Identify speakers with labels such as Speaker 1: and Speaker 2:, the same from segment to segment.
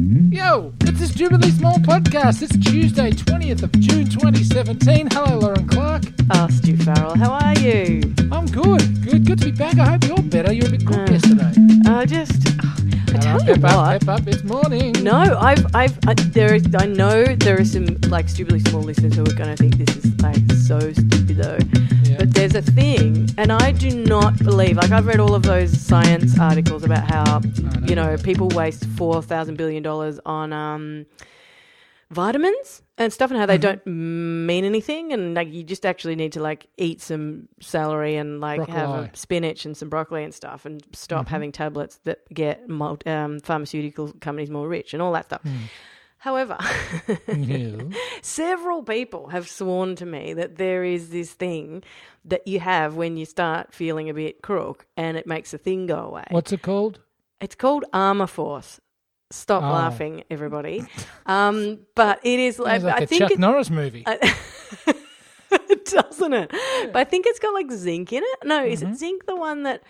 Speaker 1: Yo, it's this Jubilee Small Podcast. It's Tuesday, 20th of June 2017. Hello, Lauren Clark.
Speaker 2: Ah, Stu Farrell, how are you?
Speaker 1: I'm good. Good. Good to be back. I hope you're better. You were a bit crook
Speaker 2: Mm.
Speaker 1: yesterday.
Speaker 2: I just, I tell you
Speaker 1: pep up,
Speaker 2: what.
Speaker 1: pep up. It's morning.
Speaker 2: No, I've, I've, I, there is, I know there are some like stupidly small listeners who are going to think this is like so stupid though.
Speaker 1: Yeah.
Speaker 2: But there's a thing, and I do not believe. Like I've read all of those science articles about how
Speaker 1: I know.
Speaker 2: you know people waste four thousand billion dollars on um, vitamins and stuff, and how they don't mean anything, and like you just actually need to like eat some celery and like have
Speaker 1: Broccoli.
Speaker 2: a spinach and some broccoli and stuff, and stop having tablets that get mul- um, pharmaceutical companies more rich and all that stuff.
Speaker 1: Hmm.
Speaker 2: However.
Speaker 1: Yeah.
Speaker 2: Several people have sworn to me that there is this thing that you have when you start feeling a bit crook and it makes the thing go away.
Speaker 1: What's it called?
Speaker 2: It's called Armour Force. Stop
Speaker 1: Oh.
Speaker 2: laughing, everybody. Um, but it is like,
Speaker 1: Sounds like
Speaker 2: I
Speaker 1: a
Speaker 2: think
Speaker 1: Chuck
Speaker 2: it,
Speaker 1: Norris movie.
Speaker 2: doesn't it? But I think it's got like zinc in it. No,
Speaker 1: Mm-hmm.
Speaker 2: is it zinc the one that.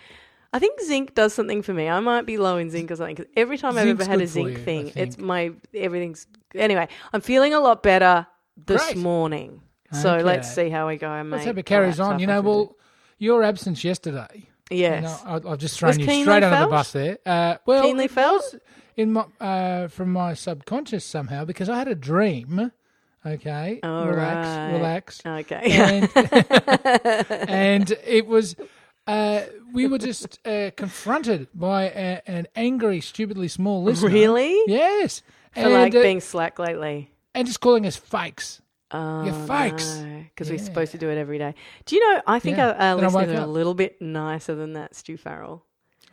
Speaker 2: I think zinc does something for me. I might be low in zinc or something because every time I've
Speaker 1: Zinc's
Speaker 2: ever had a
Speaker 1: good for
Speaker 2: zinc
Speaker 1: you, I
Speaker 2: thing, it's
Speaker 1: think.
Speaker 2: my everything's. Anyway, I'm feeling a lot better this
Speaker 1: Great.
Speaker 2: morning. So let's
Speaker 1: Okay.
Speaker 2: see how we go. I
Speaker 1: Let's
Speaker 2: might
Speaker 1: hope it carries
Speaker 2: collapse
Speaker 1: on. You know,
Speaker 2: halfway
Speaker 1: well, your absence yesterday.
Speaker 2: through
Speaker 1: You
Speaker 2: this.
Speaker 1: know,
Speaker 2: yes,
Speaker 1: I, I've just thrown
Speaker 2: Was
Speaker 1: you
Speaker 2: Keenly
Speaker 1: straight under the
Speaker 2: felt?
Speaker 1: bus there. Uh, well,
Speaker 2: Keenly
Speaker 1: it
Speaker 2: felt?
Speaker 1: was in my uh, from my subconscious somehow because I had a dream. Okay,
Speaker 2: All
Speaker 1: relax,
Speaker 2: right.
Speaker 1: relax.
Speaker 2: okay.
Speaker 1: and, and it was uh, we were just uh, confronted by a, an angry, stupidly small listener.
Speaker 2: really?
Speaker 1: Yes,
Speaker 2: For
Speaker 1: and,
Speaker 2: like
Speaker 1: uh,
Speaker 2: being slack lately.
Speaker 1: and just calling us fakes.
Speaker 2: Oh,
Speaker 1: fakes.
Speaker 2: Because we're supposed to do it every day. Do you know? I think
Speaker 1: Yeah.
Speaker 2: our, our
Speaker 1: Then I woke
Speaker 2: listeners are a
Speaker 1: up.
Speaker 2: little bit nicer than that, Stu Farrell.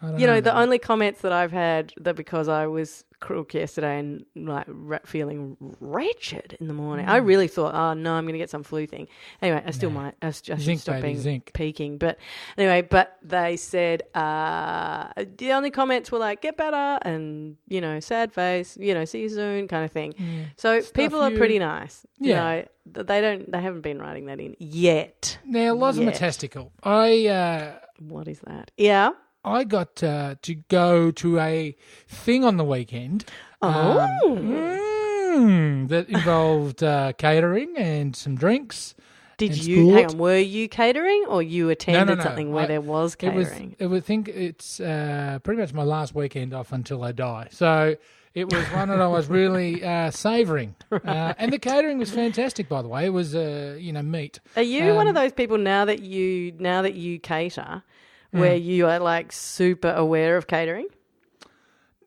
Speaker 1: I don't
Speaker 2: You know,
Speaker 1: know
Speaker 2: the only comments that I've had that because I was crook yesterday and like ra- feeling wretched in the morning,
Speaker 1: Mm.
Speaker 2: I really thought, oh no, I'm going to get some flu thing. Anyway, I still might. I, s- I should
Speaker 1: Zinc,
Speaker 2: stop
Speaker 1: baby,
Speaker 2: being
Speaker 1: zinc.
Speaker 2: peaking. But anyway, but they said uh, the only comments were like, get better and, you know, sad face, you know, see you soon kind of thing. So people are
Speaker 1: you-
Speaker 2: pretty nice.
Speaker 1: Yeah.
Speaker 2: You know, th- they don't, they haven't been writing that in yet.
Speaker 1: now Losmatastical. I. Uh,
Speaker 2: What is that? Yeah.
Speaker 1: I got uh, to go to a thing on the weekend. um,
Speaker 2: Oh.
Speaker 1: mm, that involved uh, catering and some drinks.
Speaker 2: Did
Speaker 1: and
Speaker 2: you hang
Speaker 1: sport.
Speaker 2: on? Were you catering, or you attended
Speaker 1: no.
Speaker 2: something where
Speaker 1: I-
Speaker 2: there was
Speaker 1: It was.
Speaker 2: catering?
Speaker 1: It would think it's uh, pretty much my last weekend off until I die. So it was one that I was really uh, savouring, uh, and the catering was fantastic. By the way, it was uh, you know meat.
Speaker 2: Are you one
Speaker 1: um,
Speaker 2: of those people now that you now that you cater,
Speaker 1: Hmm.
Speaker 2: where you are like super aware of catering?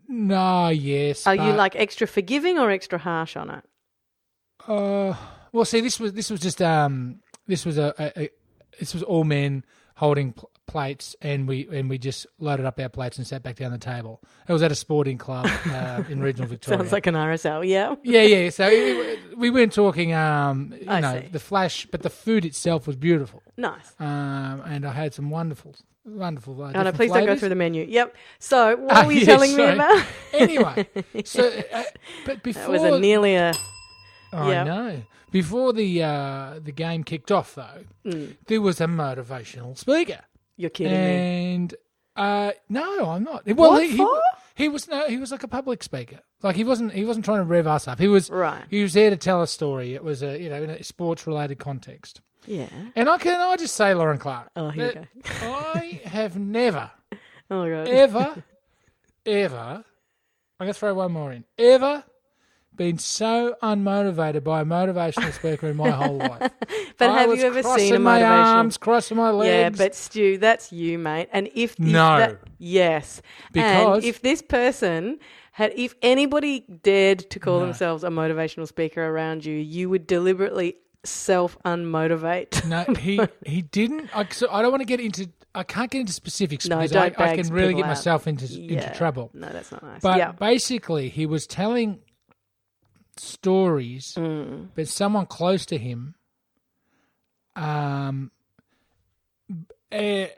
Speaker 1: No, yes.
Speaker 2: Are Oh, you
Speaker 1: but-
Speaker 2: like extra forgiving or extra harsh on it?
Speaker 1: Uh, well, see, this was this was just um, this was a, a, a this was all men holding pl- plates, and we and we just loaded up our plates and sat back down the table. It was at a sporting club uh, in regional Victoria.
Speaker 2: Sounds like an RSL, yeah.
Speaker 1: yeah, yeah. So it, we weren't talking, um, you
Speaker 2: I
Speaker 1: know,
Speaker 2: see.
Speaker 1: the flash, but the food itself was beautiful,
Speaker 2: Nice.
Speaker 1: um, and I had some wonderful, wonderful. Uh,
Speaker 2: Oh no,
Speaker 1: different
Speaker 2: please don't go
Speaker 1: flavours.
Speaker 2: through the menu. Yep. So what
Speaker 1: Ah,
Speaker 2: were you
Speaker 1: yeah,
Speaker 2: telling me
Speaker 1: sorry.
Speaker 2: about?
Speaker 1: Anyway, so uh, but
Speaker 2: That
Speaker 1: before
Speaker 2: was a nearly a
Speaker 1: I
Speaker 2: Yeah.
Speaker 1: know. Before the uh, the game kicked off, though, there was a motivational speaker,
Speaker 2: mm, you're kidding me.
Speaker 1: and uh, no, I'm not. Well,
Speaker 2: What
Speaker 1: he,
Speaker 2: for?
Speaker 1: He, he was no, he was like a public speaker. Like he wasn't he wasn't trying to rev us up. He was
Speaker 2: Right.
Speaker 1: He was there to tell a story. It was a you know in a sports related context.
Speaker 2: Yeah.
Speaker 1: And I can I just say, Lauren Clark,
Speaker 2: Oh, here we go.
Speaker 1: that I have never
Speaker 2: Oh my god.
Speaker 1: ever, ever, I'm going to throw one more in, ever been so unmotivated by a motivational speaker in my whole life.
Speaker 2: But
Speaker 1: I
Speaker 2: have
Speaker 1: was
Speaker 2: you ever
Speaker 1: crossing
Speaker 2: seen a motivational?
Speaker 1: my arms, crossing my
Speaker 2: Yeah,
Speaker 1: legs.
Speaker 2: but Stu, that's you, mate. And if, if
Speaker 1: No.
Speaker 2: that- yes,
Speaker 1: Because-
Speaker 2: and if this person had, if anybody dared to call themselves a motivational speaker around you, you would deliberately self unmotivate.
Speaker 1: No, he he didn't. I, so I don't want to get into. I can't get into specifics
Speaker 2: No,
Speaker 1: because
Speaker 2: don't
Speaker 1: I, I
Speaker 2: bag
Speaker 1: can really
Speaker 2: people
Speaker 1: get
Speaker 2: out.
Speaker 1: myself into
Speaker 2: Yeah.
Speaker 1: into trouble.
Speaker 2: No, that's not nice.
Speaker 1: But
Speaker 2: yeah,
Speaker 1: basically, he was telling stories,
Speaker 2: Mm.
Speaker 1: but someone close to him, um, eh,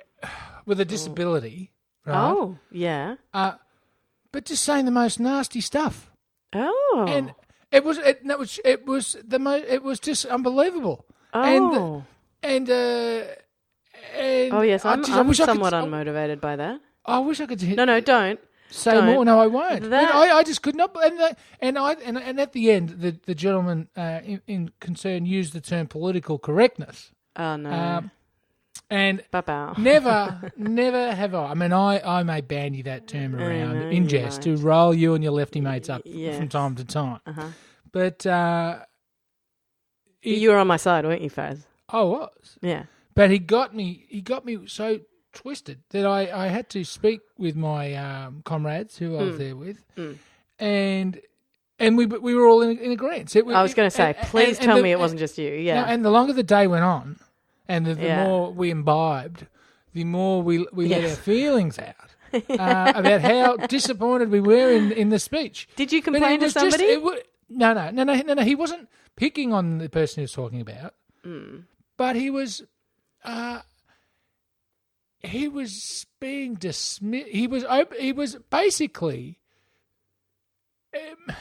Speaker 1: with a disability, right?
Speaker 2: oh yeah,
Speaker 1: But just saying the most nasty stuff,
Speaker 2: oh
Speaker 1: and it was it, that was it was the most it was just unbelievable,
Speaker 2: oh
Speaker 1: and and. Uh, and
Speaker 2: oh yes,
Speaker 1: I
Speaker 2: I'm,
Speaker 1: just- I
Speaker 2: I'm
Speaker 1: wish I could-
Speaker 2: somewhat
Speaker 1: I-
Speaker 2: unmotivated by that.
Speaker 1: I wish I could.
Speaker 2: No, no, don't.
Speaker 1: Say
Speaker 2: Don't.
Speaker 1: more? No, I won't.
Speaker 2: That-
Speaker 1: And I, I just could not. And, I- and I and, and at the end, the the gentleman uh, in, in concern used the term political correctness,
Speaker 2: Oh no.
Speaker 1: Um, and
Speaker 2: Ba-bow.
Speaker 1: never, never have I. I mean, I I may bandy that term around
Speaker 2: know,
Speaker 1: in
Speaker 2: Mm, you
Speaker 1: jest to roll you and your lefty mates up
Speaker 2: Yes.
Speaker 1: from time to time,
Speaker 2: Uh-huh.
Speaker 1: but uh, it-
Speaker 2: You were on my side, weren't you, Faz?
Speaker 1: I was.
Speaker 2: Yeah.
Speaker 1: But he got me. He got me so twisted that I, I had to speak with my um, comrades who I was
Speaker 2: Hmm.
Speaker 1: there with, and and we we were all in, in agreement.
Speaker 2: I was going to say, please tell me it wasn't just you. Yeah.
Speaker 1: and the longer the day went on, and the, the
Speaker 2: Yeah.
Speaker 1: more we imbibed, the more we we let our
Speaker 2: Yes.
Speaker 1: feelings out. uh, about how disappointed we were in, in the speech.
Speaker 2: Did you
Speaker 1: But it
Speaker 2: complain to
Speaker 1: was just-
Speaker 2: somebody?
Speaker 1: it wa- no, no, no, no, no, no. He wasn't picking on the person he was talking about,
Speaker 2: Hmm.
Speaker 1: but he was, uh, he was being dismissed. He was, op- he was basically,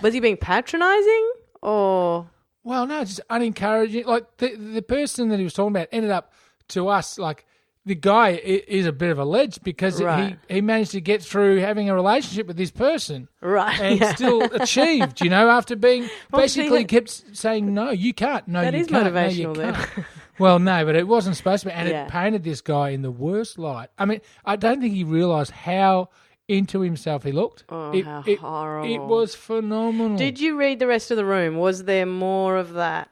Speaker 2: was he being patronizing or
Speaker 1: well, no, just unencouraging. Like the the person that he was talking about ended up to us like. The guy i- is a bit of a ledge because
Speaker 2: Right.
Speaker 1: he, he managed to get through having a relationship with this person.
Speaker 2: right?
Speaker 1: and
Speaker 2: yeah.
Speaker 1: still achieved, you know, after being
Speaker 2: Well, see,
Speaker 1: basically
Speaker 2: that-
Speaker 1: kept s- saying, no, you can't, no,
Speaker 2: That
Speaker 1: you
Speaker 2: is
Speaker 1: can't, no, you
Speaker 2: motivational then.
Speaker 1: can't. well, no, but it wasn't supposed to be. And
Speaker 2: Yeah.
Speaker 1: it painted this guy in the worst light. I mean, I don't think he realised how into himself he looked.
Speaker 2: Oh,
Speaker 1: it,
Speaker 2: how
Speaker 1: it, It
Speaker 2: horrible.
Speaker 1: was phenomenal.
Speaker 2: Did you read the rest of the room? Was there more of that?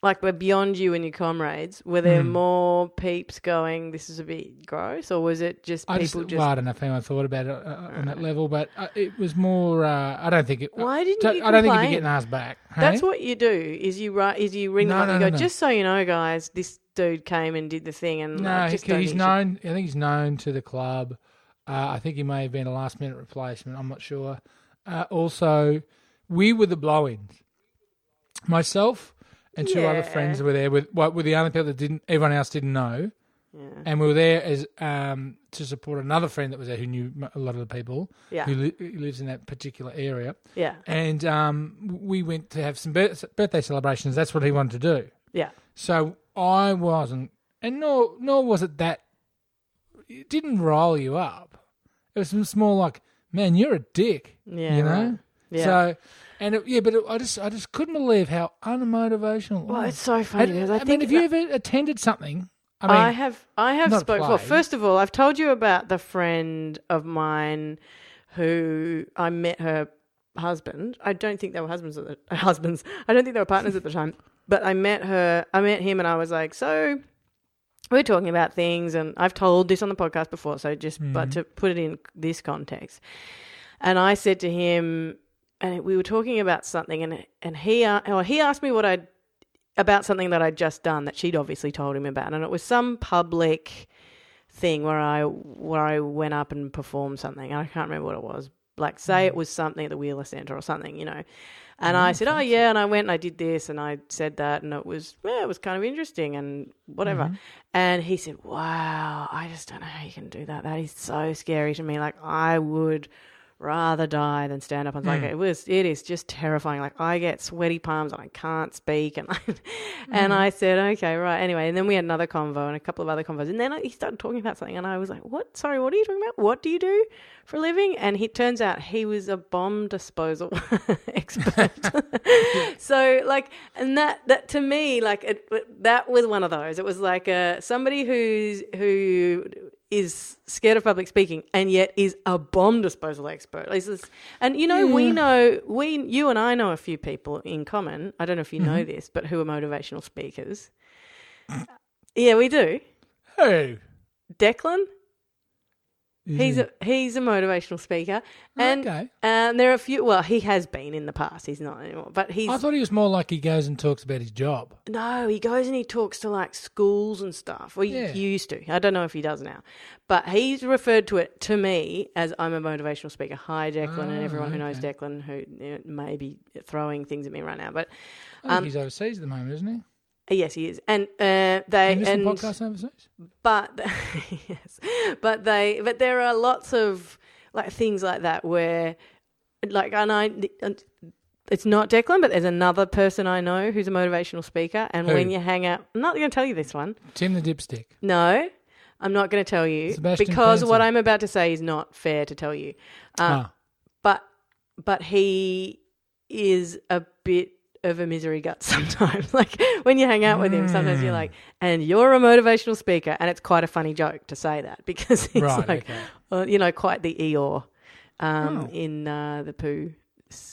Speaker 2: Like, but beyond you and your comrades, were there
Speaker 1: Hmm.
Speaker 2: more peeps going, this is a bit gross? Or was it just
Speaker 1: I
Speaker 2: people
Speaker 1: just,
Speaker 2: just.
Speaker 1: well, I don't know if anyone thought about it uh, uh, on that level, but uh, it was more. Uh, I don't think it.
Speaker 2: Why didn't
Speaker 1: so-
Speaker 2: you
Speaker 1: I don't think you're
Speaker 2: complain?
Speaker 1: getting asked back.
Speaker 2: That's
Speaker 1: hey?
Speaker 2: what you do. Is you write? Is you ring
Speaker 1: No,
Speaker 2: them up
Speaker 1: no,
Speaker 2: and go?
Speaker 1: no, no.
Speaker 2: Just so you know, guys, this dude came and did the thing, and
Speaker 1: No,
Speaker 2: I
Speaker 1: he-
Speaker 2: just don't
Speaker 1: he's
Speaker 2: think you
Speaker 1: known. I think he's known to the club. Uh, I think he may have been a last minute replacement. I'm not sure. Uh, also, we were the blow-ins. Myself and two other
Speaker 2: Yeah.
Speaker 1: friends were there. With well, were the only people that didn't. Everyone else didn't know. And we were there as um, to support another friend that was there who knew m- a lot of the people
Speaker 2: Yeah.
Speaker 1: who, li- who lives in that particular area.
Speaker 2: should. Yeah,
Speaker 1: And um, we went to have some birth- birthday celebrations. That's what he wanted to do.
Speaker 2: yeah.
Speaker 1: So I wasn't, and nor nor was it that. It didn't roll you up. It was just more like, man, you're a dick.
Speaker 2: Yeah,
Speaker 1: you know.
Speaker 2: right. Yeah.
Speaker 1: So, and it, yeah, but it, I just I just couldn't believe how unmotivational. it
Speaker 2: Well,
Speaker 1: was.
Speaker 2: it's so funny
Speaker 1: And-
Speaker 2: because I,
Speaker 1: I,
Speaker 2: think
Speaker 1: mean, have you ever attended something? I mean,
Speaker 2: I have I have
Speaker 1: not
Speaker 2: spoken. Well,
Speaker 1: play.
Speaker 2: first of all, I've told you about the friend of mine who I met her husband. I don't think they were husbands at the husbands. I don't think they were partners at the time. But I met her. I met him, and I was like, so. We're talking about things, and I've told this on the podcast before, so just but
Speaker 1: Mm-hmm.
Speaker 2: to put it in this context, and I said to him, and we were talking about something, and and he a- or he asked me what I'd about something that I'd just done that she'd obviously told him about, and it was some public thing where I where I went up and performed something, and I can't remember what it was. Like, say it was something at the Wheeler Centre or something, you know. And I said, "Oh yeah," and I went and I did this and I said that, and it was yeah, it was kind of interesting and whatever. And he said, "Wow, I just don't know how you can do that. That is so scary to me. Like, I would." rather die than stand up. I was like, it was, it is just terrifying. Like I get sweaty palms and I can't speak. And I, and I said, okay, right. Anyway, and then we had another convo and a couple of other convos, and then he started talking about something, and I was like, what? Sorry, what are you talking about? What do you do for a living? And he turns out he was a bomb disposal expert. so like, and that that to me, like it, that was one of those. It was like a somebody who's who is scared of public speaking and yet is a bomb disposal expert. It's this- and you know, we know we you and I know a few people in common. I don't know if you know this, but who are motivational speakers. Uh, yeah, we do.
Speaker 1: who?
Speaker 2: Declan,
Speaker 1: Is
Speaker 2: he's
Speaker 1: it-
Speaker 2: a he's a motivational speaker, and
Speaker 1: Okay.
Speaker 2: and there are a few. Well, he has been in the past. He's not anymore, but he's
Speaker 1: I thought he was more like he goes and talks about his job.
Speaker 2: No, he goes and he talks to like schools and stuff. Well,
Speaker 1: Yeah.
Speaker 2: he used to. I don't know if he does now, but he's referred to it to me as I'm a motivational speaker. Hi, Declan, and
Speaker 1: Oh,
Speaker 2: everyone who knows Declan, who you know, may be throwing things at me right now, but
Speaker 1: I
Speaker 2: Um,
Speaker 1: think he's overseas at the moment, isn't he?
Speaker 2: yes, he is. And uh, they
Speaker 1: Can you listen
Speaker 2: and
Speaker 1: to podcasts overseas?
Speaker 2: but yes, but they but there are lots of like things like that where like and I and it's not Declan, but there's another person I know who's a motivational speaker, and
Speaker 1: Who?
Speaker 2: when you hang out, I'm not going to tell you this one.
Speaker 1: Tim the Dipstick.
Speaker 2: No. I'm not going to tell you
Speaker 1: Sebastian
Speaker 2: because what
Speaker 1: Fancy.
Speaker 2: I'm about to say is not fair to tell you. Uh,
Speaker 1: Ah.
Speaker 2: But but he is a bit of a misery gut sometimes. like when you hang out with him, sometimes you're
Speaker 1: Mm.
Speaker 2: like, and you're a motivational speaker, and it's quite a funny joke to say that because he's
Speaker 1: Right,
Speaker 2: like,
Speaker 1: okay.
Speaker 2: well, you know, quite the Eeyore um, in uh, the poo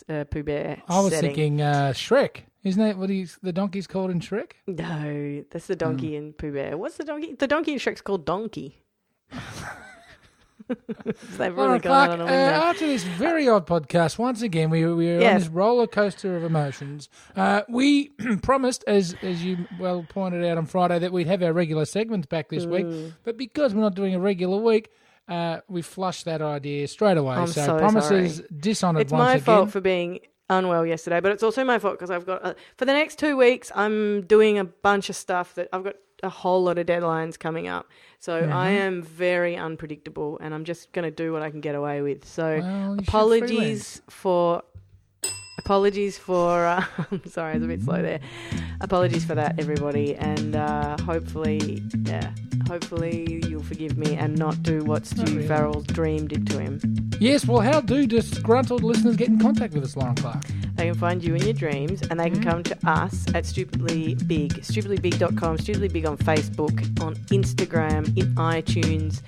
Speaker 2: uh, Pooh Bear.
Speaker 1: Oh. I was
Speaker 2: setting.
Speaker 1: thinking uh, Shrek. Isn't that what he's the donkey's called in Shrek?
Speaker 2: No, that's
Speaker 1: Hmm.
Speaker 2: the donkey in Pooh Bear. What's the donkey? The donkey in Shrek's called Donkey. They've really
Speaker 1: Lauren
Speaker 2: gone
Speaker 1: Clark,
Speaker 2: on a
Speaker 1: uh,
Speaker 2: whim there.
Speaker 1: after this very odd podcast, once again, we, we are on
Speaker 2: Yes.
Speaker 1: this roller coaster of emotions. Uh, we promised, as as you well pointed out on Friday, that we'd have our regular segments back this
Speaker 2: Hmm.
Speaker 1: week. But because we're not doing a regular week, uh, we flushed that idea straight away.
Speaker 2: I'm so
Speaker 1: promises dishonored
Speaker 2: It's
Speaker 1: once
Speaker 2: my
Speaker 1: again.
Speaker 2: fault for being unwell yesterday, but it's also my fault because I've got uh, for the next two weeks I'm doing a bunch of stuff that I've got a whole lot of deadlines coming up. So
Speaker 1: Mm-hmm.
Speaker 2: I am very unpredictable, and I'm just going to do what I can get away with. So
Speaker 1: Well, you should
Speaker 2: apologies
Speaker 1: freelance.
Speaker 2: for. Apologies for. Uh, I'm sorry, I was a bit slow there. Apologies for that, everybody, and uh, hopefully, yeah, hopefully you'll forgive me and not do what Stu
Speaker 1: really.
Speaker 2: Farrell's dream did to him.
Speaker 1: Yes, well, how do disgruntled listeners get in contact with us, Lauren Clark?
Speaker 2: They can find you in your dreams and they can
Speaker 1: Mm-hmm.
Speaker 2: come to us at Stupidly Big, stupidlybig.com, Stupidly Big on Facebook, on Instagram, in iTunes.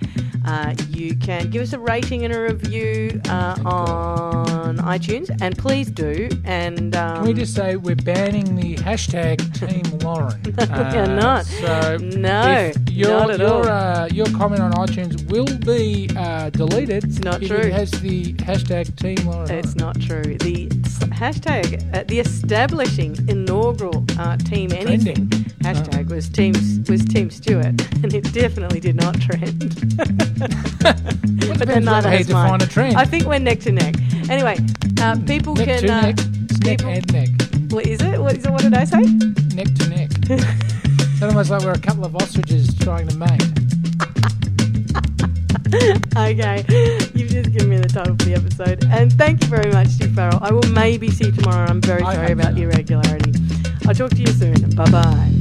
Speaker 2: Uh, you can give us a rating and a review uh, on iTunes and please do. And um,
Speaker 1: Can we just say we're banning the hashtag Team Lauren? no,
Speaker 2: we are not.
Speaker 1: So
Speaker 2: No,
Speaker 1: if your,
Speaker 2: not at
Speaker 1: your,
Speaker 2: all.
Speaker 1: Uh, your comment on iTunes will be uh, deleted. It's
Speaker 2: not
Speaker 1: if
Speaker 2: true.
Speaker 1: It has the hashtag Team Lauren.
Speaker 2: It's not true. The s- hashtag, uh, the establishing inaugural uh, team anything
Speaker 1: Trending.
Speaker 2: hashtag was team was team Stewart, and it definitely did not trend.
Speaker 1: Well,
Speaker 2: but
Speaker 1: depends
Speaker 2: then neither
Speaker 1: on how you
Speaker 2: has mine.
Speaker 1: define a trend.
Speaker 2: I think we're neck to neck. Anyway, uh, people
Speaker 1: neck
Speaker 2: can.
Speaker 1: to
Speaker 2: uh,
Speaker 1: neck. It's neck
Speaker 2: people-
Speaker 1: and neck.
Speaker 2: What is it? What is it? What did I say?
Speaker 1: Neck to neck. it's almost like we're a couple of ostriches trying to mate.
Speaker 2: Okay, you've just given me the title for the episode, and thank you very much, Steve Farrell. I will maybe see you tomorrow. I'm very
Speaker 1: I
Speaker 2: sorry
Speaker 1: hope
Speaker 2: about
Speaker 1: so.
Speaker 2: the irregularity. I'll talk to you soon. Bye bye.